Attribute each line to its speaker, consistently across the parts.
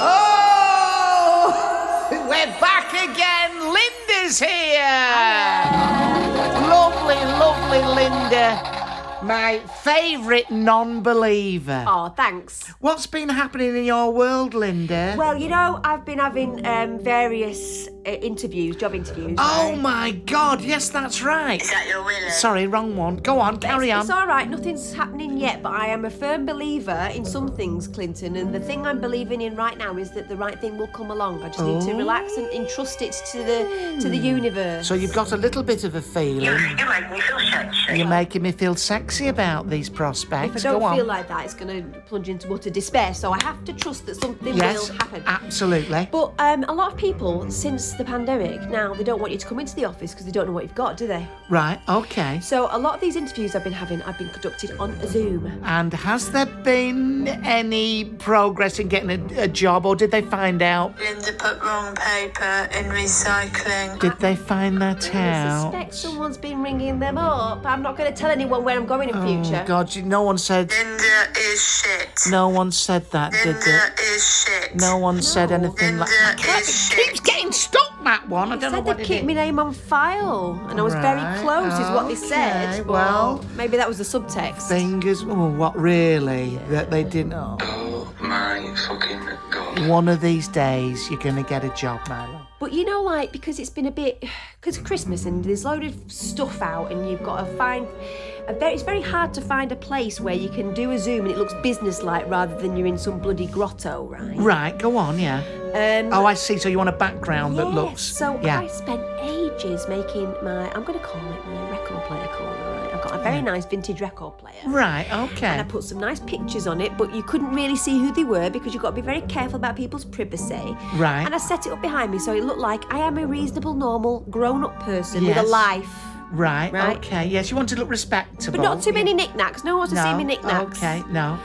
Speaker 1: Oh, we're back again. Linda's here. Lovely, lovely Linda. My favourite non believer.
Speaker 2: Oh, thanks.
Speaker 1: What's been happening in your world, Linda?
Speaker 2: Well, you know, I've been having um, various uh, interviews, job interviews.
Speaker 1: oh my god, yes, that's right. Is that your winner? Sorry, wrong one. Go on, carry on.
Speaker 2: It's all right, nothing's happening yet, but I am a firm believer in some things, Clinton. And the thing I'm believing in right now is that the right thing will come along. I just need to relax and entrust it to the to the universe.
Speaker 1: Oh. So you've got a little bit of a feeling.
Speaker 3: You make me feel sexy.
Speaker 1: You're making me feel sexy about these prospects.
Speaker 2: if I
Speaker 1: Go
Speaker 2: don't
Speaker 1: on.
Speaker 2: feel like that, it's going to plunge into utter despair. So I have to trust that something
Speaker 1: yes,
Speaker 2: will happen.
Speaker 1: absolutely.
Speaker 2: But um, a lot of people, since the pandemic, now they don't want you to come into the office because they don't know what you've got, do they?
Speaker 1: Right, okay.
Speaker 2: So a lot of these interviews I've been having, I've been conducted on Zoom.
Speaker 1: And has there been any progress in getting a, a job, or did they find out?
Speaker 3: Linda put wrong paper in recycling.
Speaker 1: Did they find that
Speaker 2: I
Speaker 1: out?
Speaker 2: suspect someone's been ringing them up. I'm not going to tell anyone where I'm going in future.
Speaker 1: Oh God, you- no one said.
Speaker 3: Linda is shit.
Speaker 1: No one said that, did they?
Speaker 3: Linda is shit.
Speaker 1: No one said anything like.
Speaker 3: Linda is
Speaker 1: It keeps
Speaker 3: shit.
Speaker 1: getting stuck. That one. I don't know
Speaker 2: Said
Speaker 1: what
Speaker 2: they'd
Speaker 1: it
Speaker 2: keep
Speaker 1: is.
Speaker 2: my name on file, and I was
Speaker 1: Right,
Speaker 2: very close, is what they said.
Speaker 1: okay,
Speaker 2: but
Speaker 1: well,
Speaker 2: maybe that was the subtext.
Speaker 1: Fingers. Oh, what really? That they didn't. Oh.
Speaker 4: Oh my fucking god.
Speaker 1: One of these days, you're gonna get a job, my love.
Speaker 2: But you know, like because it's been a bit, because Christmas and there's load of stuff out, and you've got to find. A very, it's very hard to find a place where you can do a Zoom and it looks business-like rather than you're in some bloody grotto, right?
Speaker 1: Right, go on. Yeah.
Speaker 2: Um,
Speaker 1: Oh, I see. So you want a background that
Speaker 2: Yes,
Speaker 1: looks.
Speaker 2: So I
Speaker 1: yeah.
Speaker 2: spent ages making my. I'm going to call it my record player corner. Right? I've got a very nice vintage record player.
Speaker 1: Right.
Speaker 2: And I
Speaker 1: Okay.
Speaker 2: put some nice pictures on it, but you couldn't really see who they were because you've got to be very careful about people's privacy.
Speaker 1: Right.
Speaker 2: And I set it up behind me so it looked like I am a reasonable, normal, grown up person with
Speaker 1: Yes.
Speaker 2: a life.
Speaker 1: Right,
Speaker 2: Right.
Speaker 1: Okay. Yes, you want to look respectable.
Speaker 2: But not too
Speaker 1: Yeah.
Speaker 2: many knickknacks. No one wants to see me knickknacks.
Speaker 1: Okay, no.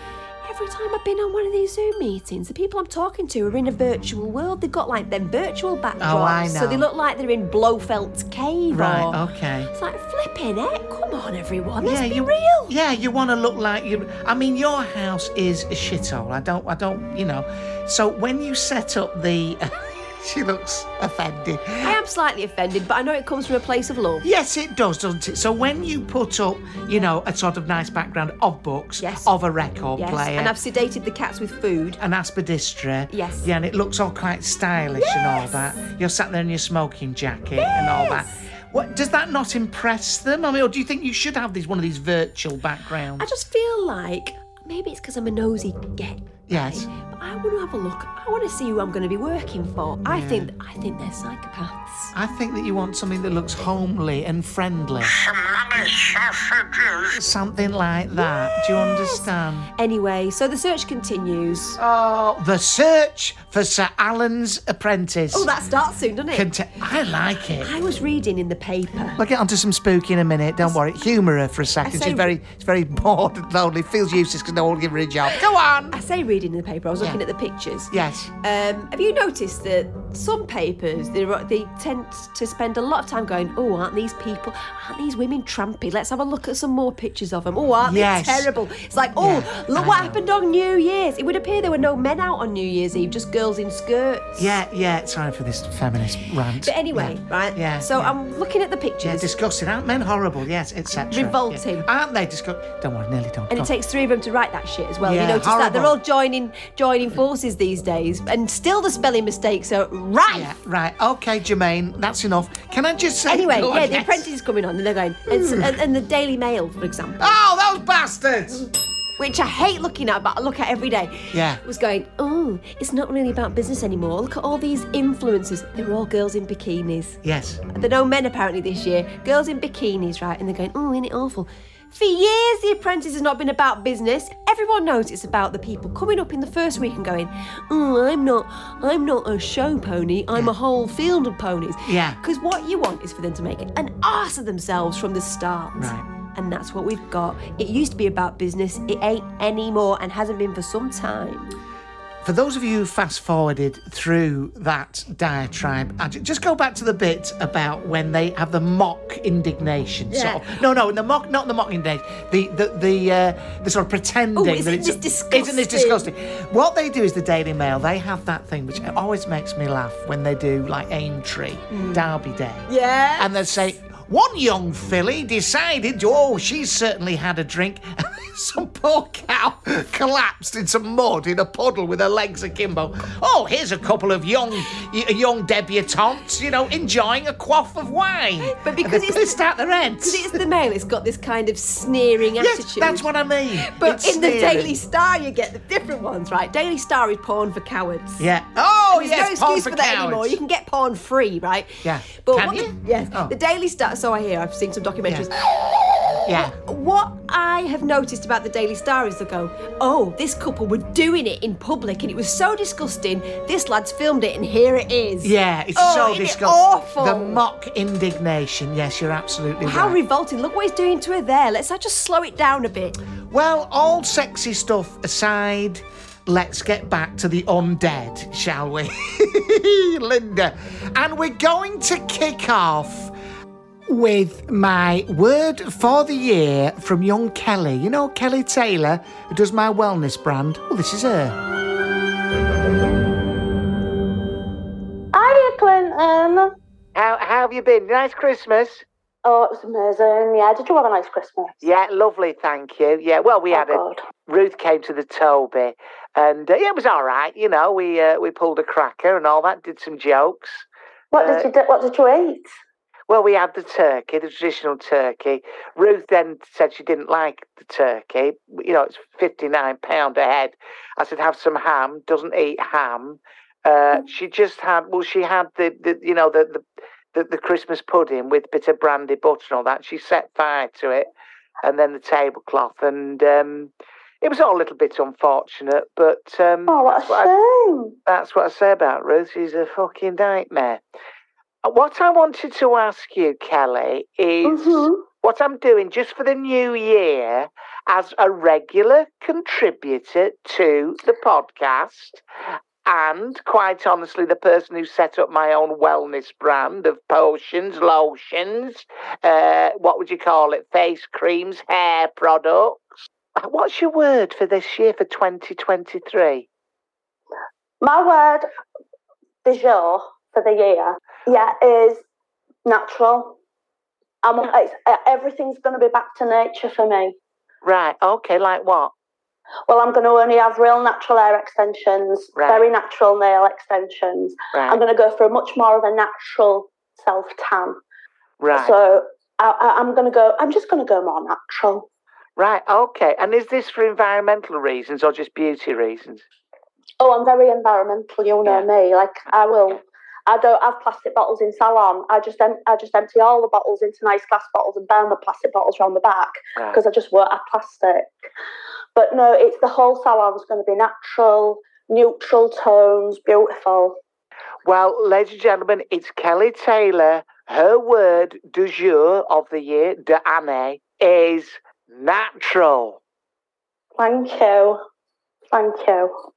Speaker 2: Every time I've been on one of these Zoom meetings, the people I'm talking to are in a virtual world. They've got like them virtual backdrops.
Speaker 1: Oh, I
Speaker 2: So they
Speaker 1: know.
Speaker 2: look like they're in Blofeld's cave.
Speaker 1: Right,
Speaker 2: or-
Speaker 1: okay.
Speaker 2: It's like flipping it. Come on, everyone. Let's be
Speaker 1: you
Speaker 2: real.
Speaker 1: Yeah, you want to look like you. I mean, your house is a shithole. I don't. I don't. You know. So when you set up the, she looks offended.
Speaker 2: I am slightly offended, but I know it comes from a place of love.
Speaker 1: Yes, it does, doesn't it? So when you put up, you know, a sort of nice background of books,
Speaker 2: Yes.
Speaker 1: of a record
Speaker 2: Yes.
Speaker 1: player,
Speaker 2: And I've sedated the cats with food.
Speaker 1: an aspidistra.
Speaker 2: Yes.
Speaker 1: Yeah, and it looks all quite stylish and all that. You're sat there in your smoking jacket and all that. What does that not impress them? I mean, or do you think you should have these one of these virtual backgrounds?
Speaker 2: I just feel like maybe it's because I'm a nosy get.
Speaker 1: Yes.
Speaker 2: But I want to have a look. I want to see who I'm going to be working for. I think I think they're psychopaths.
Speaker 1: I think that you want something that looks homely and friendly.
Speaker 3: Some mother sausages.
Speaker 1: Something like that. Do you understand?
Speaker 2: Anyway, so the search continues.
Speaker 1: Oh, the search for Sir Alan's apprentice.
Speaker 2: Oh, that starts soon, doesn't it?
Speaker 1: Conte- I like it.
Speaker 2: I was reading in the paper.
Speaker 1: We'll get onto some spooky in a minute. Don't worry. Humour her for a second.
Speaker 2: say-
Speaker 1: She's very, she's very bored and lonely. Feels useless because no one will give her a job. Go on.
Speaker 2: I say reading in the paper. I was looking at the pictures.
Speaker 1: Yes.
Speaker 2: Um, have you noticed that some papers they ro- they tend to spend a lot of time going, oh, aren't these people, aren't these women trampy? Let's have a look at some more pictures of them. Oh, aren't
Speaker 1: Yes.
Speaker 2: they terrible? It's like, oh,
Speaker 1: Yeah,
Speaker 2: look
Speaker 1: I
Speaker 2: what
Speaker 1: know.
Speaker 2: happened on New Year's. It would appear there were no men out on New Year's Eve, just girls in skirts.
Speaker 1: Yeah, yeah. Sorry for this feminist rant.
Speaker 2: But anyway,
Speaker 1: Yeah.
Speaker 2: right?
Speaker 1: Yeah.
Speaker 2: So
Speaker 1: yeah.
Speaker 2: I'm looking at the
Speaker 1: Yeah,
Speaker 2: pictures.
Speaker 1: disgusting. Aren't men horrible? Yes, etc. Yeah.
Speaker 2: Revolting.
Speaker 1: Aren't they disgusting? Don't worry, nearly done.
Speaker 2: and it takes three of them to write that shit as well. Have
Speaker 1: Yeah,
Speaker 2: you noticed that they're all
Speaker 1: horrible.
Speaker 2: joining joining forces these days, and still the spelling mistakes are rife.
Speaker 1: Yeah, right. Okay, Jermaine, that's enough. Can I just say?
Speaker 2: Anyway,
Speaker 1: Go on,
Speaker 2: yeah, The
Speaker 1: yes.
Speaker 2: Apprentice is coming on, and they're going, and, s- and, and the Daily Mail, for example,
Speaker 1: Oh, those bastards!
Speaker 2: which I hate looking at, but I look at every day.
Speaker 1: Yeah.
Speaker 2: was going, oh, it's not really about business anymore. Look at all these influencers; they're all girls in bikinis.
Speaker 1: Yes.
Speaker 2: There are no men apparently this year. Girls in bikinis, right? And they're going, oh, isn't it awful? For years, The Apprentice has not been about business. Everyone knows it's about the people coming up in the first week and going, oh, I'm not, I'm not a show pony. I'm a whole field of ponies.
Speaker 1: Yeah.
Speaker 2: Because what you want is for them to make an arse of themselves from the start.
Speaker 1: Right.
Speaker 2: And that's what we've got. It used to be about business. It ain't anymore, and hasn't been for some time.
Speaker 1: For those of you who fast forwarded through that diatribe, I ju- just go back to the bit about when they have the mock indignation. Sort
Speaker 2: Yeah.
Speaker 1: of. No, no, the mock, not the mock indignation. The the the, uh, the sort of pretending.
Speaker 2: Oh, isn't
Speaker 1: that it's,
Speaker 2: this
Speaker 1: Isn't this
Speaker 2: disgusting?
Speaker 1: disgusting? What they do is the Daily Mail. They have that thing which always makes me laugh when they do like Aintree,
Speaker 2: Hmm.
Speaker 1: Derby Day.
Speaker 2: Yes.
Speaker 1: And they say. One young filly decided, oh, she certainly had a drink. Some poor cow collapsed into mud in a puddle with her legs akimbo. Oh, here's a couple of young y- young debutantes, you know, enjoying a quaff of wine.
Speaker 2: But because
Speaker 1: And they
Speaker 2: it's-
Speaker 1: pissed out their heads.
Speaker 2: Because it's the Mail. It's got this kind of sneering
Speaker 1: yes,
Speaker 2: attitude.
Speaker 1: that's what I mean.
Speaker 2: But
Speaker 1: It's
Speaker 2: in the
Speaker 1: sneering.
Speaker 2: Daily Star, you get the different ones, right? Daily Star is porn for cowards.
Speaker 1: Yeah. Oh,
Speaker 2: There's
Speaker 1: yes,
Speaker 2: no
Speaker 1: porn
Speaker 2: excuse
Speaker 1: for
Speaker 2: for, that
Speaker 1: cowards.
Speaker 2: anymore. You can get porn free, right?
Speaker 1: Yeah.
Speaker 2: But
Speaker 1: Can
Speaker 2: what
Speaker 1: you?
Speaker 2: The, yes.
Speaker 1: Oh.
Speaker 2: The Daily Star. So I hear. I've seen some documentaries.
Speaker 1: Yeah.
Speaker 2: What I have noticed about the Daily Star is they go, "Oh, this couple were doing it in public, and it was so disgusting. This lad's filmed it, and here it is."
Speaker 1: Yeah, it's
Speaker 2: Oh,
Speaker 1: so
Speaker 2: isn't it
Speaker 1: disgusting.
Speaker 2: awful?
Speaker 1: The mock indignation. Yes, you're absolutely
Speaker 2: How
Speaker 1: right.
Speaker 2: revolting! Look what he's doing to her there. Let's uh, just slow it down a bit.
Speaker 1: Well, all sexy stuff aside, let's get back to the undead, shall we? Linda. And we're going to kick off with my word for the year from young Kelly. You know Kelly Taylor, who does my wellness brand? Well, this is her.
Speaker 5: Hiya, Clinton.
Speaker 1: How, how have you been? Nice Christmas.
Speaker 5: Um, Oh, it was amazing. Yeah, did you have a nice Christmas?
Speaker 1: Yeah, lovely, thank you. Yeah, well, we
Speaker 5: Oh,
Speaker 1: had a
Speaker 5: God.
Speaker 1: Ruth came to the Toby, and uh, yeah, it was all right. You know, we uh, we pulled a cracker and all that, did some jokes.
Speaker 5: What
Speaker 1: Uh,
Speaker 5: did you do, What did you eat?
Speaker 1: Well, we had the turkey, the traditional turkey. Ruth then said she didn't like the turkey. You know, it's fifty-nine pound a head. I said have some ham. Doesn't eat ham. Uh, she just had. Well, she had the, the you know the, the the the Christmas pudding with bit of brandy butter and all that. She set fire to it, and then the tablecloth. And um, it was all a little bit unfortunate, but um,
Speaker 5: Oh, what a
Speaker 1: that's what I-
Speaker 5: shame.
Speaker 1: that's what I say about Ruth. She's a fucking nightmare. Uh, What I wanted to ask you, Kelly, is
Speaker 5: Mhm.
Speaker 1: what I'm doing just for the new year as a regular contributor to the podcast. And quite honestly, the person who set up my own wellness brand of potions, lotions, uh, what would you call it? Face creams, hair products. Uh, What's your word for this year for 2023?
Speaker 5: My word du jour for the year, yeah, is natural. I'm,
Speaker 1: Hmm.
Speaker 5: it's, uh, everything's going to be back to nature for me.
Speaker 1: Right. Okay. Like what?
Speaker 5: Well, I'm going to only have real natural hair extensions,
Speaker 1: Right.
Speaker 5: very natural nail extensions.
Speaker 1: Right.
Speaker 5: I'm going to go for a much more of a natural self tan.
Speaker 1: right.
Speaker 5: So I, I, I'm going to go. I'm just going to go more natural.
Speaker 1: right. Okay. And is this for environmental reasons or just beauty reasons?
Speaker 5: Oh, I'm very environmental. You know
Speaker 1: Yeah.
Speaker 5: me. Like I will. I don't have plastic bottles in salon. I just em- I just empty all the bottles into nice glass bottles and burn the plastic bottles round the back
Speaker 1: Right.
Speaker 5: because I just won't have plastic. But no, it's the whole salon's going to be natural, neutral tones, beautiful.
Speaker 1: Well, ladies and gentlemen, it's Kelly Taylor. Her word du jour of the year, de année, is natural.
Speaker 5: Thank you, thank you.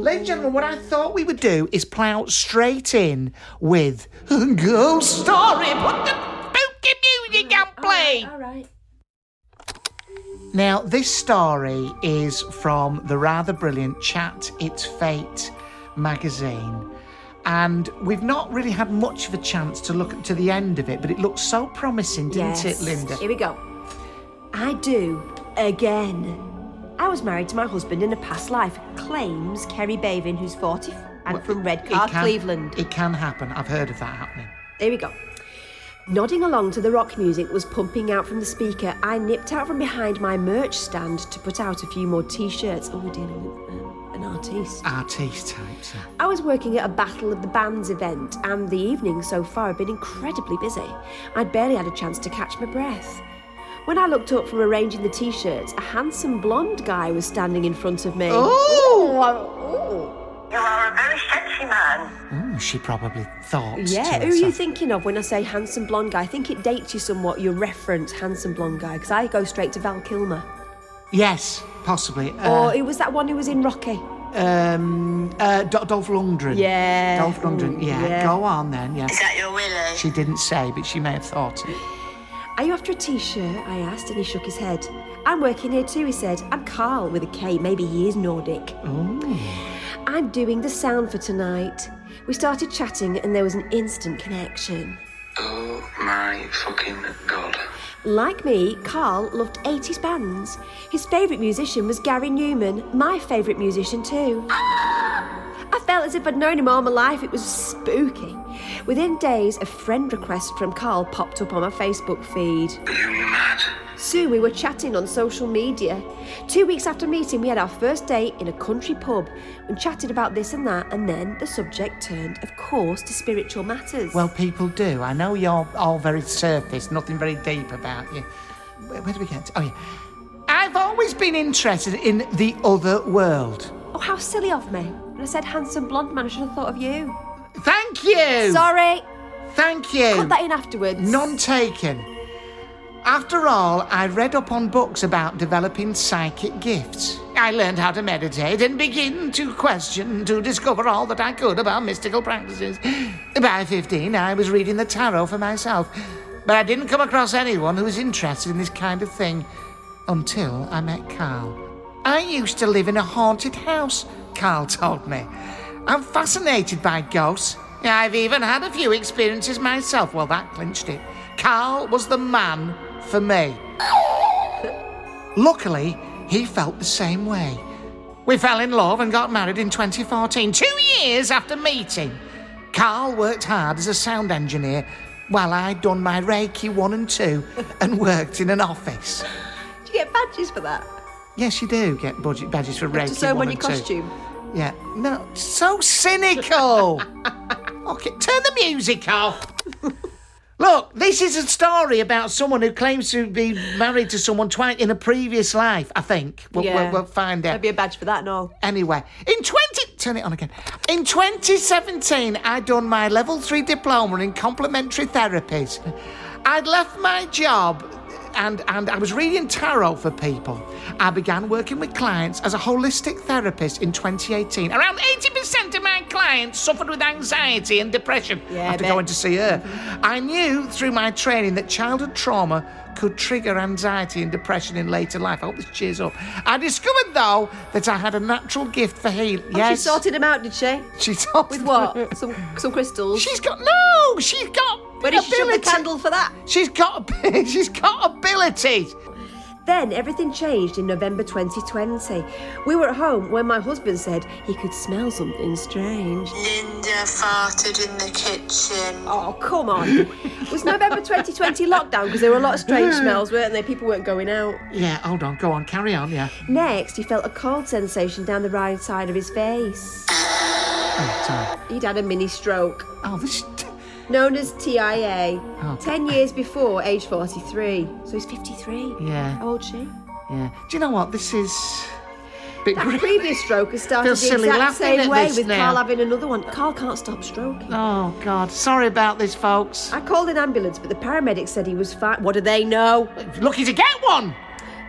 Speaker 1: Ladies and gentlemen, what I thought we would do is plough straight in with Girl Story. Put the spooky music on, please.
Speaker 2: All right.
Speaker 1: Now, this story is from the rather brilliant Chat It's Fate magazine. And we've not really had much of a chance to look to the end of it, but it looks so promising, didn't it, Linda?
Speaker 2: Here we go. I do again. I was married to my husband in a past life, claims Kerry Bavin, who's 40 and from Redcar,
Speaker 1: It can-
Speaker 2: Cleveland.
Speaker 1: It can happen. I've heard of that happening.
Speaker 2: There we go. Nodding along to the rock music was pumping out from the speaker, I nipped out from behind my merch stand to put out a few more t shirts. Oh, we're dealing with um, an artiste.
Speaker 1: Artiste types. yeah.
Speaker 2: I was working at a Battle of the Bands event, and the evening so far had been incredibly busy. I'd barely had a chance to catch my breath. When I looked up from arranging the t shirts, a handsome blonde guy was standing in front of me.
Speaker 1: Ooh!
Speaker 6: You are a very sexy man.
Speaker 1: Ooh, she probably thought.
Speaker 2: Yeah,
Speaker 1: to
Speaker 2: who are you
Speaker 1: herself,
Speaker 2: thinking of when I say handsome blonde guy? I think it dates you somewhat, your reference, handsome blonde guy, because I go straight to Val Kilmer.
Speaker 1: Yes, possibly.
Speaker 2: or
Speaker 1: Uh,
Speaker 2: it was that one who was in Rocky.
Speaker 1: um, uh, Do- Dolph Lundgren.
Speaker 2: Yeah.
Speaker 1: Dolph Lundgren.
Speaker 2: Mm,
Speaker 1: Yeah.
Speaker 2: yeah.
Speaker 1: Go on then. Yeah.
Speaker 6: Is that your Willie?
Speaker 1: She didn't say, but she may have thought it.
Speaker 2: Are you after a t shirt? I asked, and he shook his head. I'm working here too, he said. I'm Carl with a K. Maybe he is Nordic. I'm doing the sound for tonight. We started chatting, and there was an instant connection.
Speaker 7: Oh my fucking god.
Speaker 2: Like me, Carl loved 80s bands. His favourite musician was Gary Newman, my favourite musician too. I felt as if I'd known him all my life. It was spooky. Within days, a friend request from Carl popped up on my Facebook feed.
Speaker 7: You mad?
Speaker 2: Soon we were chatting on social media. Two weeks after meeting, we had our first date in a country pub and chatted about this and that, and then the subject turned, of course, to spiritual matters.
Speaker 1: Well, people do. I know you're all very surface, nothing very deep about you. Where, where do we get to? Oh, yeah. I've always been interested in the other world.
Speaker 2: oh, how silly of me. When I said handsome blonde man, I should have thought of you.
Speaker 1: Thank you.
Speaker 2: Sorry,
Speaker 1: Thank you.
Speaker 2: put that in afterwards.
Speaker 1: None taken. After all, I read up on books about developing psychic gifts. I learned how to meditate and begin to question to discover all that I could about mystical practices. By 15, I was reading the tarot for myself, but I didn't come across anyone who was interested in this kind of thing until I met Carl. I used to live in a haunted house, Carl told me. I'm fascinated by ghosts. I've even had a few experiences myself. Well, that clinched it. Carl was the man for me. Luckily, he felt the same way. We fell in love and got married in 2014, two years after meeting. Carl worked hard as a sound engineer while I'd done my Reiki 1 and 2 and worked in an office.
Speaker 2: Do you get badges for that?
Speaker 1: Yes, you do get budget badges for Reiki.
Speaker 2: to sew
Speaker 1: one
Speaker 2: on your
Speaker 1: and two.
Speaker 2: costume.
Speaker 1: Yeah. No, so cynical. okay, turn the music off. Look, this is a story about someone who claims to be married to someone twice in a previous life. I think we'll, we'll, we'll find out.
Speaker 2: There'd be a badge for that and all.
Speaker 1: Anyway, in 20 turn it on again. In 2017, I done my level 3 diploma in complementary therapies. I'd left my job and and I was reading tarot for people. I began working with clients as a holistic therapist in 2018. Around 80% of my clients suffered with anxiety and depression
Speaker 2: Yeah, I
Speaker 1: after
Speaker 2: bet.
Speaker 1: going to see her. I knew through my training that childhood trauma could trigger anxiety and depression in later life. I hope this cheers up. I discovered though that I had a natural gift for healing.
Speaker 2: Oh,
Speaker 1: yes,
Speaker 2: She sorted him out, did she?
Speaker 1: She sorted-
Speaker 2: With what? some some crystals.
Speaker 1: She's got no. She's got.
Speaker 2: Where did she shove the
Speaker 1: ability.
Speaker 2: candle for that?
Speaker 1: She's got. She's got abilities.
Speaker 2: Then everything changed in November 2020. We were at home when my husband said he could smell something strange.
Speaker 6: Linda farted in the kitchen.
Speaker 2: Oh, come on. it was November 2020 lockdown because there were a lot of strange smells, weren't there? People weren't going out.
Speaker 1: Yeah. Hold on. Go on. Carry on. Yeah.
Speaker 2: Next, he felt a cold sensation down the right side of his face.
Speaker 1: Oh, sorry.
Speaker 2: He'd had a mini stroke.
Speaker 1: Oh, this.
Speaker 2: known as TIA.
Speaker 1: Oh.
Speaker 2: 10 years before, age 43. So he's 53.
Speaker 1: Yeah.
Speaker 2: How old is she?
Speaker 1: Yeah. Do you know what this is? bit
Speaker 2: That
Speaker 1: grim.
Speaker 2: previous stroker started
Speaker 1: Feel
Speaker 2: the
Speaker 1: silly
Speaker 2: exact
Speaker 1: laughing
Speaker 2: same
Speaker 1: at
Speaker 2: way
Speaker 1: this
Speaker 2: with
Speaker 1: now.
Speaker 2: Carl having another one. Carl can't stop stroking.
Speaker 1: Oh, God. Sorry about this, folks.
Speaker 2: I called an ambulance, but the paramedics said he was fine. What do they know?
Speaker 1: Lucky to get one.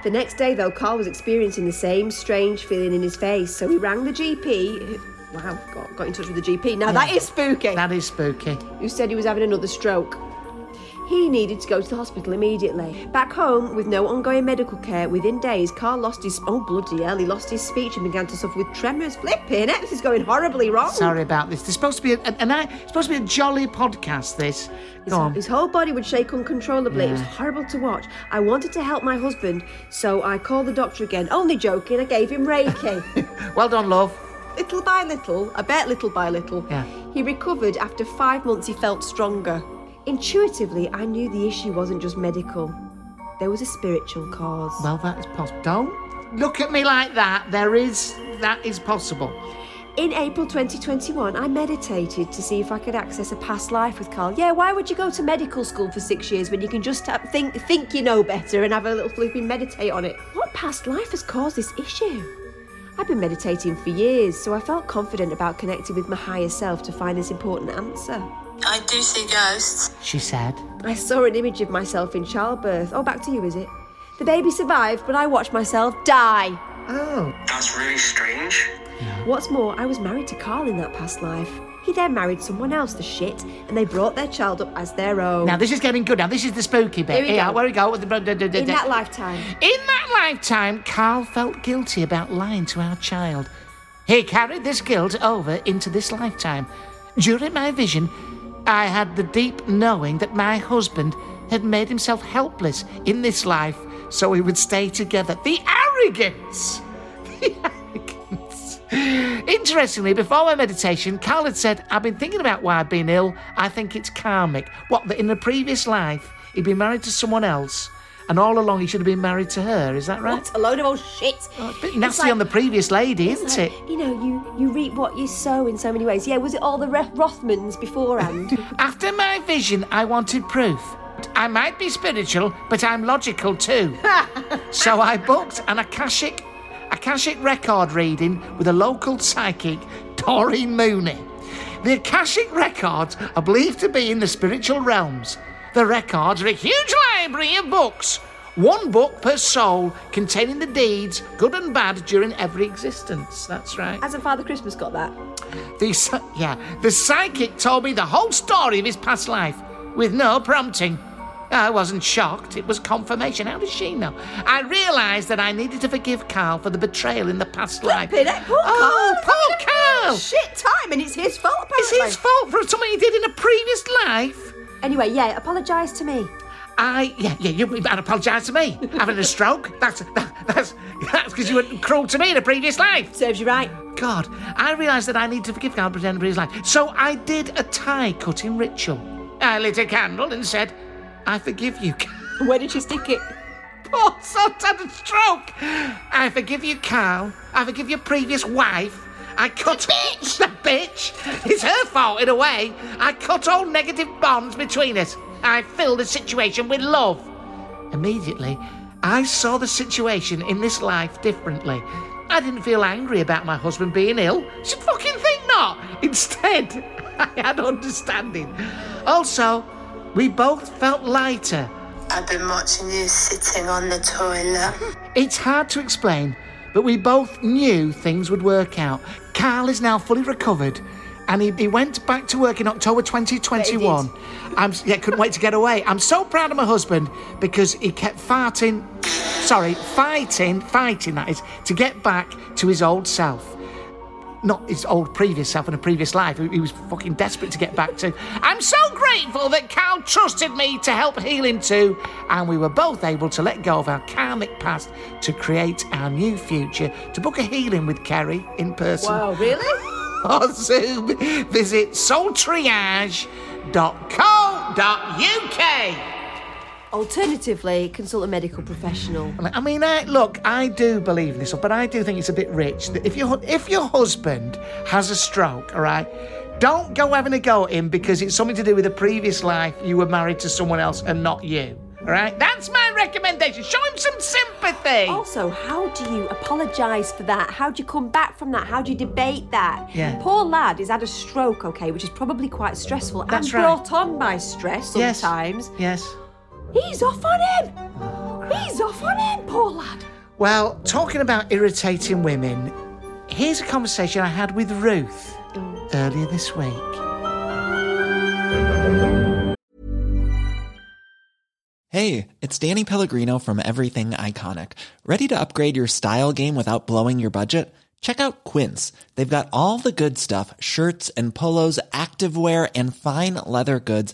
Speaker 2: The next day, though, Carl was experiencing the same strange feeling in his face, so he rang the GP. who- Wow, got, got in touch with the GP. Now that is spooky.
Speaker 1: That is spooky.
Speaker 2: who said he was having another stroke. He needed to go to the hospital immediately. Back home, with no ongoing medical care, within days, Carl lost his oh bloody hell, he lost his speech and began to suffer with tremors. Flipping, it, this is going horribly wrong.
Speaker 1: Sorry about this. There's supposed to be a, a, a, ni- it's supposed to be a jolly podcast, this.
Speaker 2: His,
Speaker 1: Go on.
Speaker 2: his whole body would shake uncontrollably. It was
Speaker 1: Yeah.
Speaker 2: horrible to watch. I wanted to help my husband, so I called the doctor again. Only joking, I gave him Reiki.
Speaker 1: Well done, love.
Speaker 2: little by little, I bet little by little,
Speaker 1: Yeah.
Speaker 2: he recovered. After five months, he felt stronger. Intuitively, I knew the issue wasn't just medical, there was a spiritual cause.
Speaker 1: Well, that is possible. Don't look at me like that. There is. That is possible.
Speaker 2: In April 2021, I meditated to see if I could access a past life with Carl. Yeah, why would you go to medical school for six years when you can just have, think think you know better and have a little flipping meditate on it? What past life has caused this issue? I've been meditating for years, so I felt confident about connecting with my higher self to find this important answer.
Speaker 6: I do see ghosts.
Speaker 1: She said.
Speaker 2: I saw an image of myself in childbirth. Oh, back to you, is it? The baby survived, but I watched myself die.
Speaker 1: Oh.
Speaker 4: That's really strange.
Speaker 2: What's more, I was married to Carl in that past life. He then married someone else, the shit, and they brought their child up as their own.
Speaker 1: Now this is getting good. Now this is the spooky bit.
Speaker 2: Here we go.
Speaker 1: Where we go?
Speaker 2: in that lifetime.
Speaker 1: In that lifetime, Carl felt guilty about lying to our child. He carried this guilt over into this lifetime. During my vision, I had the deep knowing that my husband had made himself helpless in this life so we would stay together. The arrogance! The arrogance. Interestingly, before my meditation, Carl had said, I've been thinking about why I've been ill. I think it's karmic. What, that in a previous life, he'd been married to someone else, and all along he should have been married to her. Is that right?
Speaker 2: What a load of old shit.
Speaker 1: Oh, it's a bit
Speaker 2: It's
Speaker 1: nasty
Speaker 2: like-
Speaker 1: on the previous lady,
Speaker 2: it's
Speaker 1: isn't
Speaker 2: like,
Speaker 1: it?
Speaker 2: You know, you, you reap what you sow in so many ways. Yeah, was it all the Re- Rothmans beforehand?
Speaker 1: After my vision, I wanted proof. I might be spiritual, but I'm logical too. so I booked an Akashic, Akashic record reading with a local psychic, Doreen Mooney. The Akashic records are believed to be in the spiritual realms. The records are a huge library of books, one book per soul containing the deeds, good and bad, during every existence. That's right.
Speaker 2: Hasn't Father Christmas got that?
Speaker 1: The psy- yeah, the psychic told me the whole story of his past life with no prompting. I wasn't shocked. It was confirmation. How did she know? I realised that I needed to forgive Carl for the betrayal in the past life.
Speaker 2: Flippin' heck, poor
Speaker 1: oh,
Speaker 2: Carl.
Speaker 1: poor Carl!
Speaker 2: Shit time, and it's his fault,
Speaker 1: It's
Speaker 2: apparently.
Speaker 1: his fault for something he did in a previous life.
Speaker 2: Anyway, yeah, apologise to me.
Speaker 1: I yeah yeah you better apologise to me having a stroke. That's that, that's that's because you were cruel to me in a previous life.
Speaker 2: Serves you right.
Speaker 1: God, I realised that I need to forgive God for anybody's life. So I did a tie cutting ritual. I lit a candle and said, I forgive you.
Speaker 2: Where did she stick it?
Speaker 1: Poor son's had a stroke. I forgive you, Carl. I forgive your previous wife. I cut the bitch. the bitch. It's her fault in a way. I cut all negative bonds between us. I fill the situation with love. Immediately, I saw the situation in this life differently. I didn't feel angry about my husband being ill. Should fucking think not. Instead, I had understanding. Also, we both felt lighter
Speaker 6: I've been watching you sitting on the toilet.
Speaker 1: It's hard to explain, but we both knew things would work out. Carl is now fully recovered. And he, he went back to work in October 2021. I'm yeah, couldn't wait to get away. I'm so proud of my husband because he kept farting, sorry, fighting, fighting that is, to get back to his old self not his old previous self in a previous life. He he was fucking desperate to get back to. I'm so grateful that Cal trusted me to help heal him too, and we were both able to let go of our karmic past to create our new future. To book a healing with Kerry in person
Speaker 2: Wow, really?
Speaker 1: or Zoom, visit soultriage.co.uk.
Speaker 2: Alternatively, consult a medical professional.
Speaker 1: Like, I mean, I, look, I do believe in this, but I do think it's a bit rich that if your if your husband has a stroke, all right, don't go having a go at him because it's something to do with a previous life. You were married to someone else and not you. All right, that's my recommendation. Show him some sympathy.
Speaker 2: Also, how do you apologise for that? How do you come back from that? How do you debate that?
Speaker 1: Yeah.
Speaker 2: Poor lad has had a stroke, okay, which is probably quite stressful
Speaker 1: That's
Speaker 2: and
Speaker 1: right.
Speaker 2: brought on by stress
Speaker 1: Yes.
Speaker 2: sometimes.
Speaker 1: Yes. Oh,
Speaker 2: He's off on him. He's off on him, poor lad.
Speaker 1: Well, talking about irritating women, here's a conversation I had with Ruth
Speaker 2: Mm.
Speaker 1: earlier this week.
Speaker 8: Hey, it's Danny Pellegrino from Everything Iconic. Ready to upgrade your style game without blowing your budget? Check out Quince. They've got all the good stuff shirts and polos, activewear, and fine leather goods,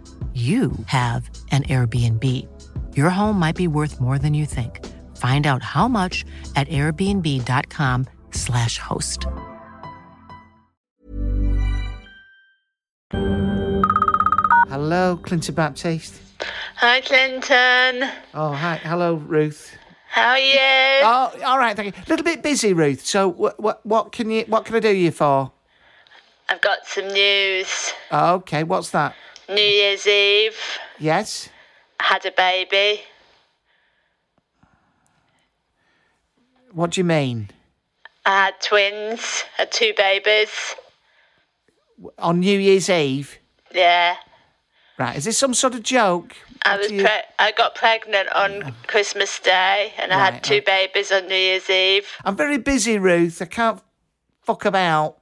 Speaker 9: you have an Airbnb. Your home might be worth more than you think. Find out how much at airbnb.com/slash host.
Speaker 1: Hello, Clinton Baptiste.
Speaker 6: Hi, Clinton.
Speaker 1: Oh, hi. Hello, Ruth.
Speaker 6: How are you?
Speaker 1: Oh, all right. Thank you. A little bit busy, Ruth. So, what, what, what can you, what can I do you for? Oh,
Speaker 6: I've got some news.
Speaker 1: Okay, what's that?
Speaker 6: New Year's Eve,
Speaker 1: Yes.
Speaker 6: I had a baby.
Speaker 1: What do you mean?
Speaker 6: I had twins, I had two babies.
Speaker 1: On New Year's Eve?
Speaker 6: Yeah.
Speaker 1: Right. Is this some sort of joke?
Speaker 6: I
Speaker 1: What
Speaker 6: was
Speaker 1: do you- Mm.
Speaker 6: pre- I got pregnant on Christmas Day and I
Speaker 1: Right,
Speaker 6: had two babies on New Year's Eve.
Speaker 1: I'm very busy, Ruth. I can't fuck about.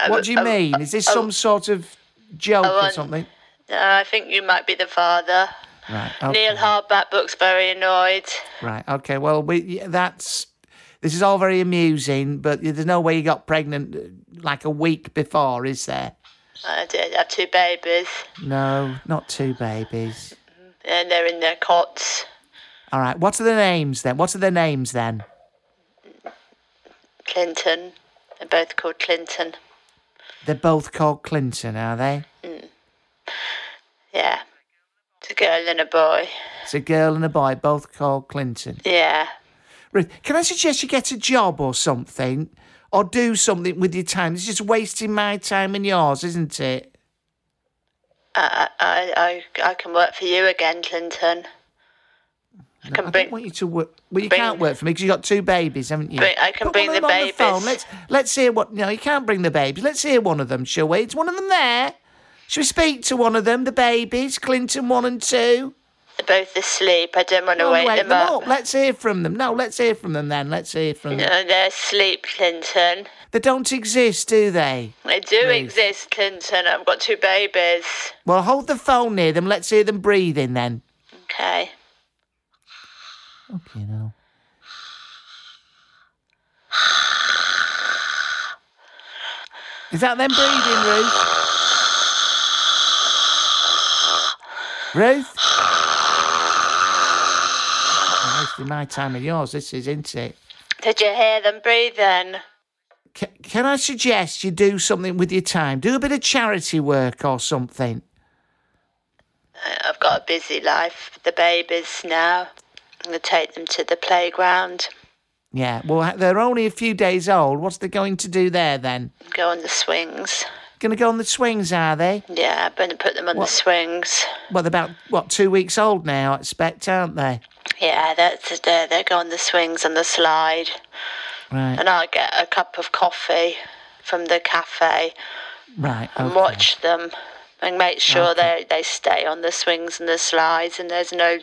Speaker 6: Oh,
Speaker 1: What do you mean? Is this some sort of joke or
Speaker 6: want-
Speaker 1: something?
Speaker 6: No, Uh, I think you might be the father.
Speaker 1: Right. Okay.
Speaker 6: Neil Hardback looks very annoyed.
Speaker 1: Right. Okay. Well, we yeah, that's this is all very amusing, but there's no way you got pregnant uh, like a week before, is there?
Speaker 6: I did I Uh, have two babies
Speaker 1: No, not two babies.
Speaker 6: and they're in their cots.
Speaker 1: All right. What are the names then? What are the names then?
Speaker 6: Clinton. They're both called Clinton.
Speaker 1: They're both called Clinton, are they?
Speaker 6: Yeah. It's a girl and a boy.
Speaker 1: It's a girl and a boy, both called Clinton.
Speaker 6: Yeah.
Speaker 1: Ruth, can I suggest you get a job or something, or do something with your time? It's just wasting my time and yours, isn't it?
Speaker 6: I, I, I, I can work for you again, Clinton. I
Speaker 1: I
Speaker 6: can
Speaker 1: don't
Speaker 6: bring.
Speaker 1: want you to work. Well, you
Speaker 6: bring-
Speaker 1: can't work for me because you've got two babies, haven't you?
Speaker 6: Bring- I can
Speaker 1: Put
Speaker 6: bring
Speaker 1: one of
Speaker 6: the
Speaker 1: them on
Speaker 6: babies.
Speaker 1: The phone. Let's let's hear what. No, you can't bring the babies. Let's hear one of them, shall we? It's one of them there. Shall we speak to one of them, the babies, Clinton one and two?
Speaker 6: They're both asleep. I don't want to
Speaker 1: Go on,
Speaker 6: wake, them up.
Speaker 1: Let's hear from them. No, let's hear from them then. Let's hear from them.
Speaker 6: No, they're asleep, Clinton.
Speaker 1: They don't exist, do they?
Speaker 6: They do
Speaker 1: Ruth.
Speaker 6: exist, Clinton. I've got two babies.
Speaker 1: Well, hold the phone near them. Let's hear them breathing then.
Speaker 6: Okay.
Speaker 1: Okay, now. Is that them breathing, Ruth? Ruth? I'm wasting my time and yours. This is, isn't it?
Speaker 6: Did you hear them breathing?
Speaker 1: Ca can I suggest you do something with your time? Do a bit of charity work or something.
Speaker 6: I've got a busy life. The babies now. I'm going to take them to the playground,
Speaker 1: Yeah, well, they're only a few days old. What's they going to do there then?
Speaker 6: go on the swings.
Speaker 1: Going to go on the swings, are they?
Speaker 6: Yeah, I'm going to put them on
Speaker 1: What?
Speaker 6: the swings.
Speaker 1: Well, they're about, what, two weeks old now, I expect, aren't they?
Speaker 6: Yeah, that's they're, they're going on the swings and the slide.
Speaker 1: Right,
Speaker 6: And I'll get a cup of coffee from the cafe
Speaker 1: right.
Speaker 6: and
Speaker 1: okay.
Speaker 6: watch them and make sure they, they stay on the swings and the slides and there's no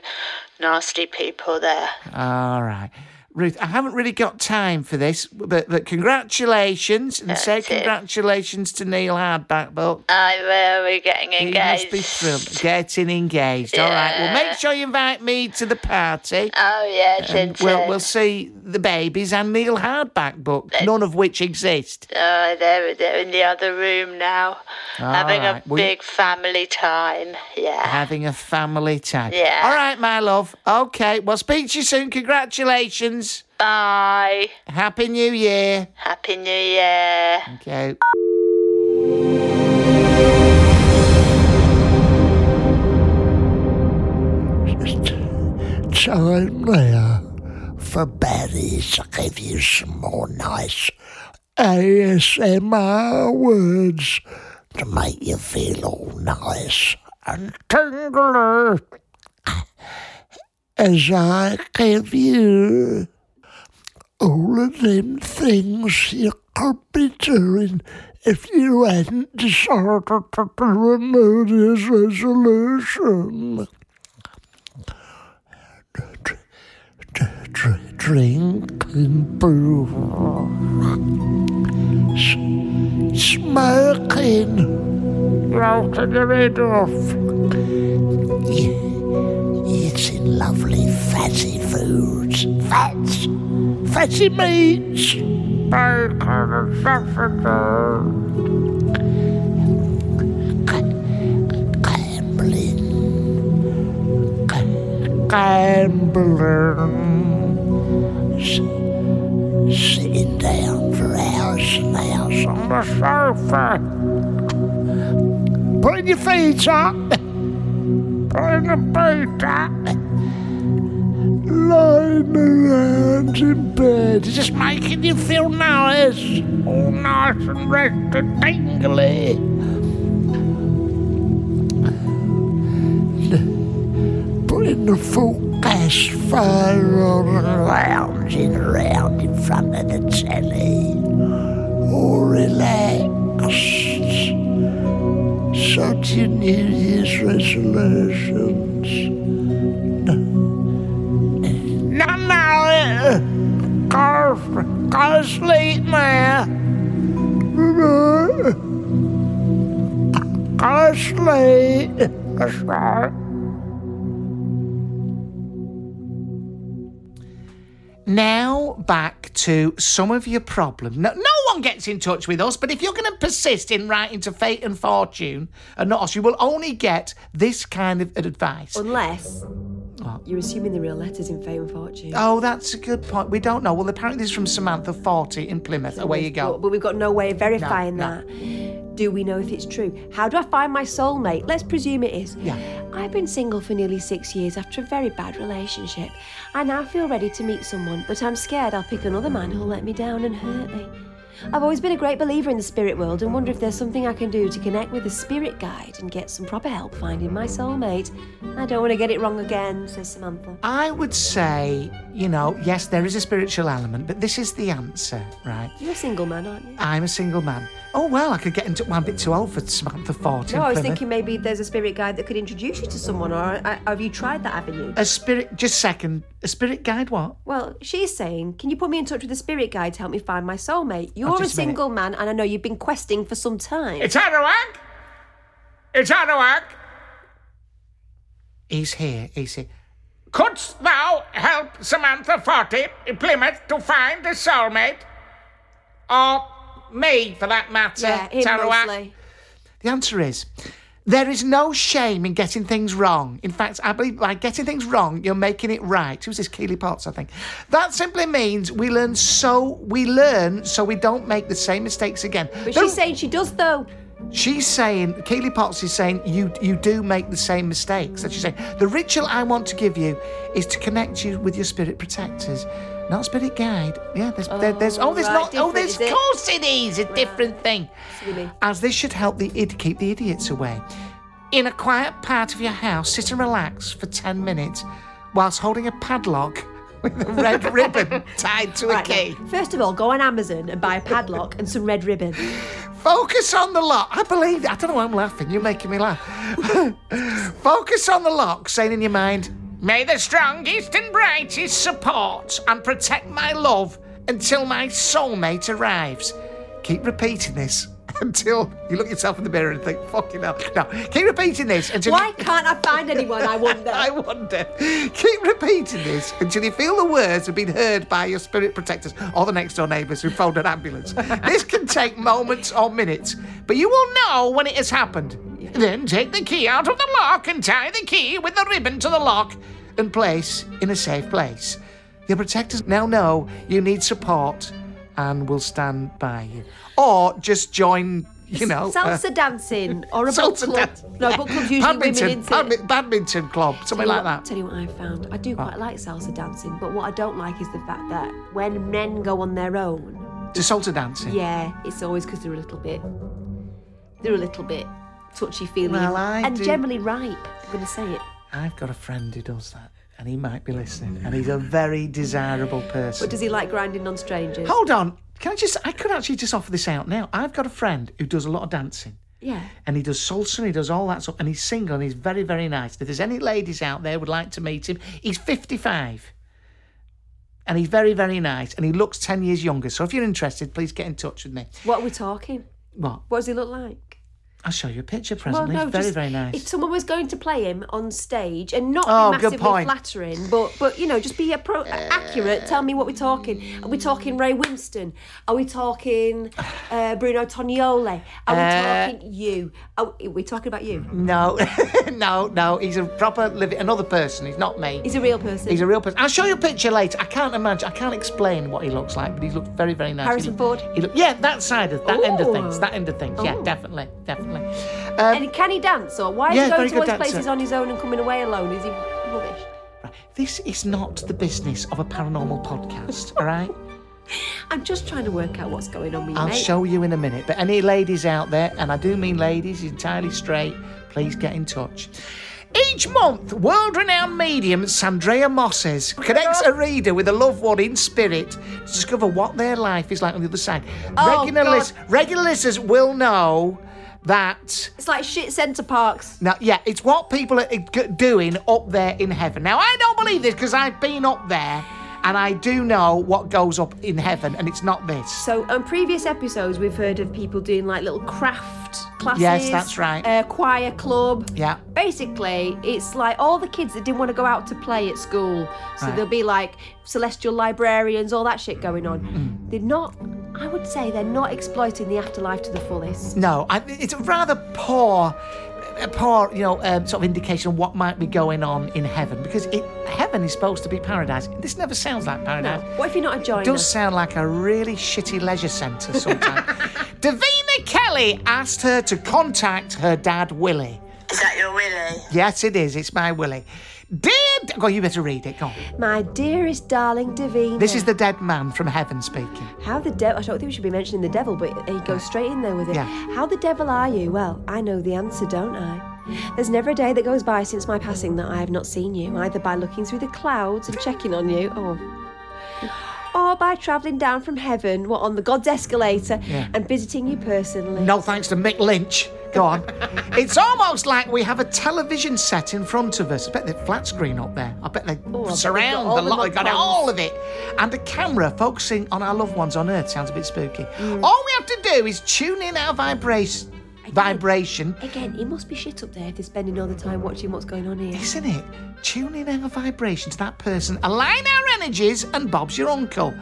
Speaker 6: nasty people there.
Speaker 1: All right. Ruth, I haven't really got time for this, but, but congratulations and say
Speaker 6: That's it.
Speaker 1: congratulations to Neil Hardback, but
Speaker 6: I will, we're getting
Speaker 1: he must
Speaker 6: engaged.
Speaker 1: be thrilled. Getting engaged. All right. Well,
Speaker 6: Yeah.
Speaker 1: make sure you invite me to the party.
Speaker 6: Oh, yeah,
Speaker 1: And
Speaker 6: Tintin.
Speaker 1: we'll, we'll see the babies and Neil Hardback book, none of which exist.
Speaker 6: Oh, they're, they're in the other room now,
Speaker 1: All
Speaker 6: having
Speaker 1: right,
Speaker 6: a
Speaker 1: well, you-
Speaker 6: big family time. Yeah.
Speaker 1: Having a family time.
Speaker 6: Yeah.
Speaker 1: All right, my love. Okay. Well, speak to you soon. Congratulations.
Speaker 6: Bye.
Speaker 1: Happy New Year.
Speaker 6: Happy New Year.
Speaker 1: Thank you.
Speaker 7: Time there for Barry to give you some more nice ASMR words to make you feel all nice and tingly as I give you all of them things you could be doing if you hadn't decided to do a New Year's resolution. drink and brew. S- Smoking. Routing your head off. Eating lovely fatty foods. Fats. Fatty meats. Bacon and sausages. gambling, S- sitting down for hours and hours on the sofa, putting your feet up, putting your feet up, lying around in bed, just making you feel nice, all nice and rested, and tingly. putting the full gas fire on and lounging around in front of the telly. All relaxed. Such your New Year's resolutions. No, no, no. Go, go sleep now. Right. Go sleep. That's right.
Speaker 1: Now back to some of your problems. No, no one gets in touch with us, but if you're going to persist in writing to fate and fortune and not us, you will only get this kind of advice.
Speaker 2: Unless you're assuming the real letters in Fame and Fortune.
Speaker 1: Oh, that's a good point. We don't know. Well, apparently this is from Samantha Forty in Plymouth. Away you go.
Speaker 2: But, but we've got no way of verifying
Speaker 1: No,
Speaker 2: that. Do we know if it's true? How do I find my soulmate? Let's presume it is. Yeah. I've been single for nearly six years after a very bad relationship. I now feel ready to meet someone, but I'm scared I'll pick another man who'll let me down and hurt me. I've always been a great believer in the spirit world and wonder if there's something I can do to connect with a spirit guide and get some proper help finding my soulmate. I don't want to get it wrong again, says Samantha.
Speaker 1: I would say, you know, yes, there is a spiritual element, but this is the answer, right?
Speaker 2: You're a single man, aren't you?
Speaker 1: I'm a single man. Oh, well, I could get into. Well, I'm a bit too old for Samantha Forty. in
Speaker 2: No, I was
Speaker 1: Plymouth.
Speaker 2: thinking maybe there's a spirit guide that could introduce you to someone, or uh, have you tried that avenue?
Speaker 1: A spirit. Just second. A spirit guide what?
Speaker 2: Well, she's saying, can you put me in touch with a spirit guide to help me find my soulmate? You're Oh, a
Speaker 1: just a minute.
Speaker 2: single man, and I know you've been questing for some time.
Speaker 1: It's Arawak! It's Arawak! He's here. He's here.
Speaker 10: Couldst thou help Samantha Forty in Plymouth to find a soulmate? Or me, for that matter,
Speaker 2: Yeah, him
Speaker 10: Sarawak?
Speaker 2: mostly.
Speaker 1: The answer is There is no shame in getting things wrong. In fact, I believe by getting things wrong, you're making it right. Who's this? Keely Potts, I think. That simply means we learn so we learn so we don't make the same mistakes again.
Speaker 2: But she's saying she does though.
Speaker 1: She's saying Keely Potts is saying you you do make the same mistakes. That she's saying the ritual I want to give you is to connect you with your spirit protectors, not spirit guide. Yeah, there's there, there's oh there's
Speaker 2: right,
Speaker 1: not oh
Speaker 2: different,
Speaker 1: there's
Speaker 2: is it?
Speaker 1: course it is a different thing.
Speaker 2: Silly.
Speaker 1: As this should help the id keep the idiots away. In a quiet part of your house, sit and relax for ten minutes, whilst holding a padlock with a red ribbon tied to a
Speaker 2: Right,
Speaker 1: key.
Speaker 2: now, first of all, go on Amazon and buy a padlock and some red ribbon.
Speaker 1: Focus on the lock. I believe. I don't know why I'm laughing. You're making me laugh. Focus on the lock, saying in your mind, May the strongest and brightest support and protect my love until my soulmate arrives. Keep repeating this until you look yourself in the mirror and think, fucking hell. No, keep repeating this until.
Speaker 2: Why can't I find anyone? I wonder.
Speaker 1: I wonder. Keep repeating this until you feel the words have been heard by your spirit protectors or the next door neighbours who phoned an ambulance. this can take moments or minutes, but you will know when it has happened. Then take the key out of the lock and tie the key with the ribbon to the lock and place in a safe place. Your protectors now know you need support and will stand by you. Or just join, you know. uh,
Speaker 2: salsa dancing or a book
Speaker 1: Salsa
Speaker 2: club.
Speaker 1: dance.
Speaker 2: No, book club's usually
Speaker 1: badminton,
Speaker 2: women, is
Speaker 1: badmi- badminton club, something like that.
Speaker 2: Tell you what I found. I do quite like salsa dancing, but what I don't like is the fact that when men go on their own,
Speaker 1: To salsa dancing.
Speaker 2: yeah, it's always because they're a little bit, they're a little bit touchy feely
Speaker 1: Well, I
Speaker 2: and
Speaker 1: do-
Speaker 2: generally ripe. I'm going to say it.
Speaker 1: I've got a friend who does that, and he might be listening, and he's a very desirable person.
Speaker 2: But does he like grinding on strangers?
Speaker 1: Hold on, can I just? I could actually just offer this out now. I've got a friend who does a lot of dancing.
Speaker 2: Yeah.
Speaker 1: And he does salsa and he does all that stuff. And he's single and he's very, very nice. If there's any ladies out there would like to meet him, he's 55. And he's very, very nice. And he looks 10 years younger. So if you're interested, please get in touch with me.
Speaker 2: What are we talking?
Speaker 1: What?
Speaker 2: What does he look like?
Speaker 1: I'll show you a picture presently.
Speaker 2: Well, no,
Speaker 1: very,
Speaker 2: just-
Speaker 1: very nice.
Speaker 2: If someone was going to play him on stage and not
Speaker 1: Oh,
Speaker 2: be
Speaker 1: good
Speaker 2: massively
Speaker 1: point.
Speaker 2: flattering, but but you know, just be appro- accurate. Tell me what we're talking. Are we talking Ray Winston? Are we talking uh, Bruno Tonioli? Are
Speaker 1: Uh,
Speaker 2: we talking you? Are we, are we talking about you?
Speaker 1: No, no, no. He's a proper living, another person. He's not me.
Speaker 2: He's a real person.
Speaker 1: He's a real person. I'll show you a picture later. I can't imagine. I can't explain what he looks like, but he looks very, very nice. He
Speaker 2: Harrison
Speaker 1: look-
Speaker 2: Ford.
Speaker 1: He look, yeah, that side of that end of
Speaker 2: Ooh.
Speaker 1: things. That end of things. Yeah,
Speaker 2: Ooh.
Speaker 1: definitely, definitely.
Speaker 2: and can he dance or why is
Speaker 1: Um, yeah,
Speaker 2: he going
Speaker 1: very
Speaker 2: to all
Speaker 1: good
Speaker 2: these places
Speaker 1: dancer.
Speaker 2: on his own and coming away alone? Is he rubbish?
Speaker 1: This is not the business of a paranormal podcast, all right?
Speaker 2: I'm just trying to work out what's going on with you,
Speaker 1: I'll
Speaker 2: mate.
Speaker 1: show you in a minute. But any ladies out there, and I do mean ladies, entirely straight, please get in touch. Each month, world renowned medium Sandrea Mosses connects a reader with a loved one in spirit to discover what their life is like on the other side.
Speaker 2: Oh,
Speaker 1: regular,
Speaker 2: God.
Speaker 1: lis- regular listeners will know that.
Speaker 2: It's like shit centre parks.
Speaker 1: Now, yeah, it's what people are uh, g- doing up there in heaven. Now, I don't believe this because I've been up there and I do know what goes up in heaven, and it's not this.
Speaker 2: So, on previous episodes, we've heard of people doing like little craft classes.
Speaker 1: Yes, that's right.
Speaker 2: A choir club.
Speaker 1: Yeah.
Speaker 2: Basically, it's like all the kids that didn't want to go out to play at school. So
Speaker 1: Right.
Speaker 2: there'll be like celestial librarians, all that shit going on.
Speaker 1: Mm.
Speaker 2: They're not, I would say, they're not exploiting the afterlife to the fullest.
Speaker 1: No, I, it's a rather poor, a poor, you know, um, sort of indication of what might be going on in heaven because it, heaven is supposed to be paradise. This never sounds like
Speaker 2: No.
Speaker 1: paradise.
Speaker 2: What if you're not a joiner?
Speaker 1: It does sound like a really shitty leisure centre sometimes. Davina Kelly asked her to contact her dad, Willie.
Speaker 6: Is that your Willie?
Speaker 1: Yes, it is. It's my Willie. Dear, d- go on, you better read it. Go on.
Speaker 2: My dearest darling Davina.
Speaker 1: This is the dead man from heaven speaking.
Speaker 2: How the devil, I don't think we should be mentioning the devil, but he goes straight in there with it.
Speaker 1: Yeah.
Speaker 2: How the devil are you? Well, I know the answer, don't I? There's never a day that goes by since my passing that I have not seen you, either by looking through the clouds and checking on you, or, or by travelling down from heaven, what, on the God's escalator,
Speaker 1: Yeah.
Speaker 2: and visiting you personally.
Speaker 1: No thanks to Mick Lynch. Go on. it's almost like we have a television set in front of us. I bet they've flat screen up there. I bet they
Speaker 2: Oh, bet they've got
Speaker 1: surround
Speaker 2: all
Speaker 1: the
Speaker 2: the
Speaker 1: lot. They've got
Speaker 2: mud
Speaker 1: all of it. And a camera focusing on our loved ones on Earth. Sounds a bit spooky.
Speaker 2: Mm.
Speaker 1: All we have to do is tune in our vibra- vibration,
Speaker 2: Again, he must be shit up there if they're spending all the time watching what's going on here.
Speaker 1: isn't it? Tune in our vibration to that person. Align our energies, and Bob's your uncle.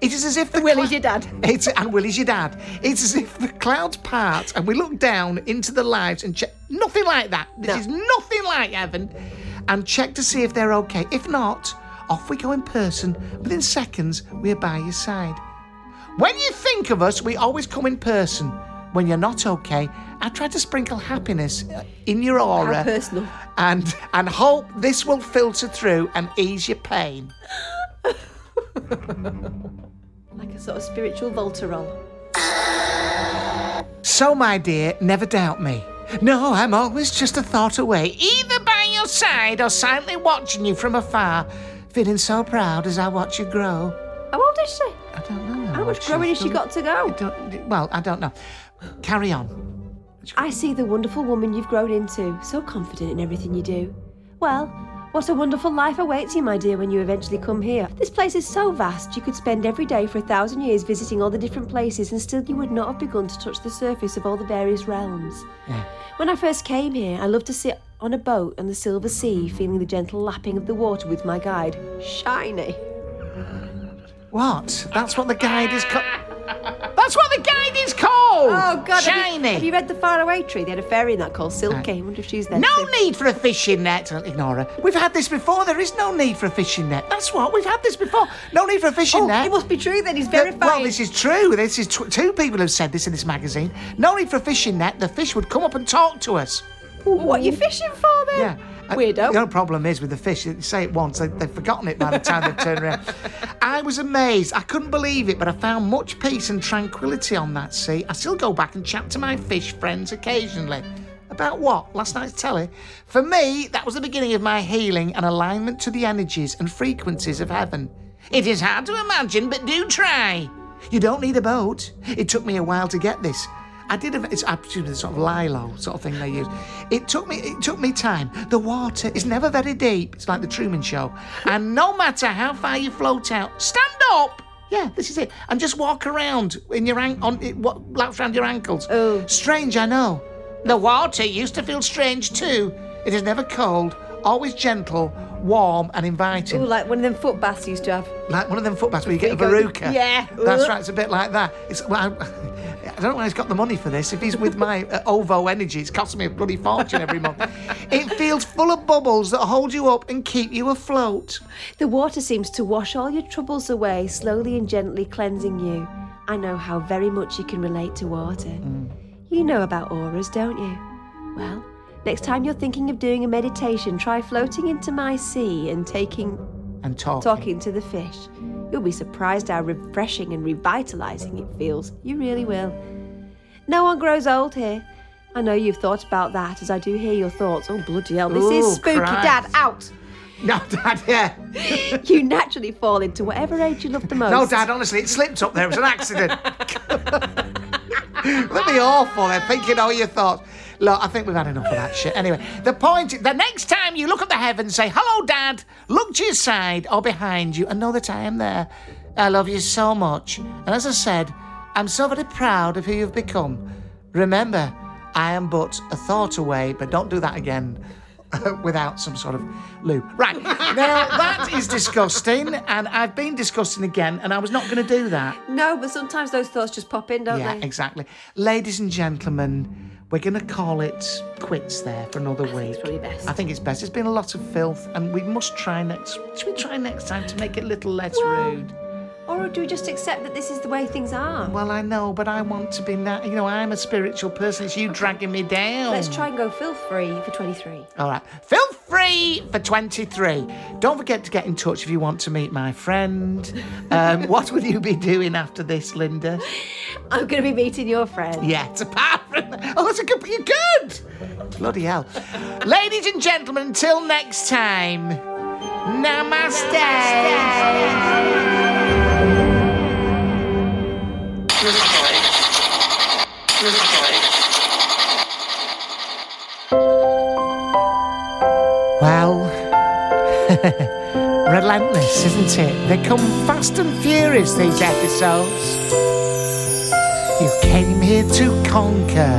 Speaker 1: It is as if the
Speaker 2: Willie's your dad.
Speaker 1: It's and Willie's your dad. It's as if the clouds part and we look down into the lives and check Nothing like that. This is nothing like heaven. And check to see if they're okay. If not, off we go in person. Within seconds, we're by your side. When you think of us, we always come in person. When you're not okay, I try to sprinkle happiness uh, in your aura.
Speaker 2: How personal.
Speaker 1: And and hope this will filter through and ease your pain.
Speaker 2: Like a sort of spiritual Voltarol.
Speaker 1: So, my dear, never doubt me. No, I'm always just a thought away, either by your side or silently watching you from afar, feeling so proud as I watch you grow.
Speaker 2: How old is she?
Speaker 1: I don't know.
Speaker 2: How much growing has she got to go?
Speaker 1: well, I don't know. Carry on.
Speaker 2: I see the wonderful woman you've grown into, so confident in everything you do. Well, what a wonderful life awaits you, my dear, when you eventually come here. This place is so vast, you could spend every day for a thousand years visiting all the different places, and still you would not have begun to touch the surface of all the various realms. When I first came here, I loved to sit on a boat on the silver sea, feeling the gentle lapping of the water with my guide. Shiny.
Speaker 1: What? That's what the guide is called. That's what the guide is called!
Speaker 2: Oh, God. have you- Have
Speaker 1: Shiny!
Speaker 2: you, read The Faraway Tree? They had a fairy in that called Silky. I wonder if she's there.
Speaker 1: No
Speaker 2: too.
Speaker 1: need for a fishing net. Don't ignore her. We've had this before. There is no need for a fishing net. That's what we've had this before. No need for a fishing net. It
Speaker 2: Oh, must be true. Then he's
Speaker 1: verified. Well, this is true. This is tw- two people have said this in this magazine. No need for a fishing net. The fish would come up and talk to us.
Speaker 2: What are you fishing for then?
Speaker 1: Yeah. Weirdo. The only problem is with the fish, they say it once, they, they've forgotten it by the time they've turned around. I was amazed. I couldn't believe it, but I found much peace and tranquility on that sea. I still go back and chat to my fish friends occasionally. About what? Last night's telly? For me, that was the beginning of my healing and alignment to the energies and frequencies of heaven. It is hard to imagine, but do try. You don't need a boat. It took me a while to get this. I did. A, it's absolutely the sort of lilo sort of thing they use. It took me. It took me time. The water is never very deep. It's like the Truman Show. And no matter how far you float out, stand up. Yeah, this is it. And just walk around in your an- on it, what laps around your ankles. Oh, strange, I know. The water used to feel strange too. It is never cold, always gentle, warm, and inviting.
Speaker 2: Ooh, like one of them foot baths you used to have.
Speaker 1: Like one of them footbaths where you get a
Speaker 2: you go-
Speaker 1: veruca.
Speaker 2: Yeah.
Speaker 1: That's
Speaker 2: Ugh.
Speaker 1: right, it's a bit like that. It's well, I, I don't know why he's got the money for this. If he's with my uh, OVO energy, it's costing me a bloody fortune every month. It feels full of bubbles that hold you up and keep you afloat.
Speaker 2: The water seems to wash all your troubles away, slowly and gently cleansing you. I know how very much you can relate to water. You know about auras, don't you? Well, next time you're thinking of doing a meditation, try floating into my sea and taking
Speaker 1: And talking.
Speaker 2: talking to the fish. You'll be surprised how refreshing and revitalizing it feels. You really will. No one grows old here. I know you've thought about that as I do hear your thoughts. Oh, bloody hell, this
Speaker 1: Ooh,
Speaker 2: is spooky,
Speaker 1: Christ.
Speaker 2: Dad. Out!
Speaker 1: No, Dad, yeah.
Speaker 2: you naturally fall into whatever age you love the most.
Speaker 1: No, Dad, honestly, it slipped up there. It was an accident. That'd be awful. They're thinking all your thoughts. Look, I think we've had enough of that shit. Anyway, the point the next time you look at the heavens, say, hello, Dad, look to your side or behind you and know that I am there. I love you so much. And as I said, I'm so very proud of who you've become. Remember, I am but a thought away, but don't do that again without some sort of lube. Right. Now, that is disgusting, and I've been disgusting again, and I was not going to do that.
Speaker 2: No, but sometimes those thoughts just pop in, don't
Speaker 1: Yeah,
Speaker 2: they?
Speaker 1: exactly. Ladies and gentlemen, we're going to call it quits there for another week. it's probably best. I think it's best. It's been a lot of filth, and we must try next. Should we try next time to make it a little less rude?
Speaker 2: Or do we just accept that this is the way things are?
Speaker 1: Well, I know, but I want to be that. You know, I'm a spiritual person. It's you dragging me down.
Speaker 2: Let's try and go filth free for 23.
Speaker 1: All right. Feel free for 23. Don't forget to get in touch if you want to meet my friend. Um, what will you be doing after this, Linda?
Speaker 2: I'm going to be meeting your friend.
Speaker 1: Yeah, it's apart from that. Oh, that's a good. You're good. Bloody hell. Ladies and gentlemen, until next time, Well, relentless, isn't it? They come fast and furious, these episodes. You came here to conquer,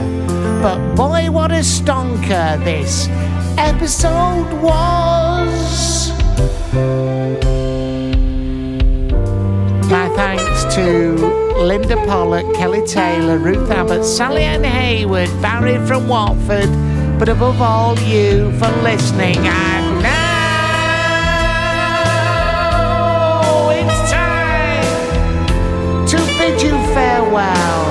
Speaker 1: but boy, what a stonker this episode was. My thanks to Linda Pollock, Kelly Taylor, Ruth Abbott, Sally Ann Hayward, Barry from Watford, but above all, you for listening. And now it's time to bid you farewell.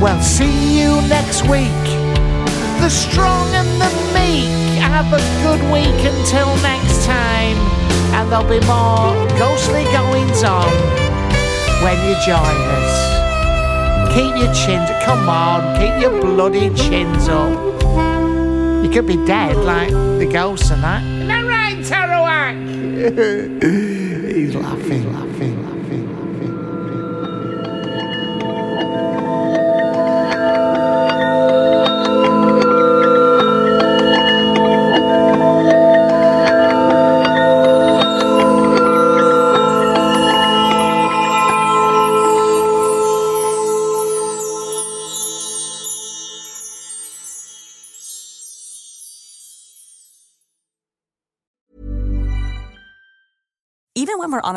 Speaker 1: Well, see you next week. The strong and the meek have a good week until next time, and there'll be more ghostly goings on when you join us. Keep your chins. Come on, keep your bloody chins up. You could be dead, like the ghosts and that. Isn't that right, Tarawak? He's laughing, laughing, laughing.
Speaker 11: Even when we're on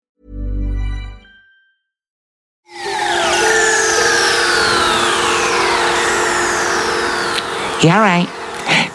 Speaker 1: Yeah, right.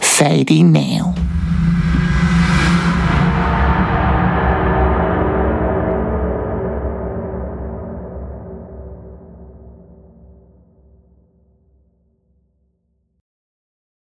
Speaker 1: fading now.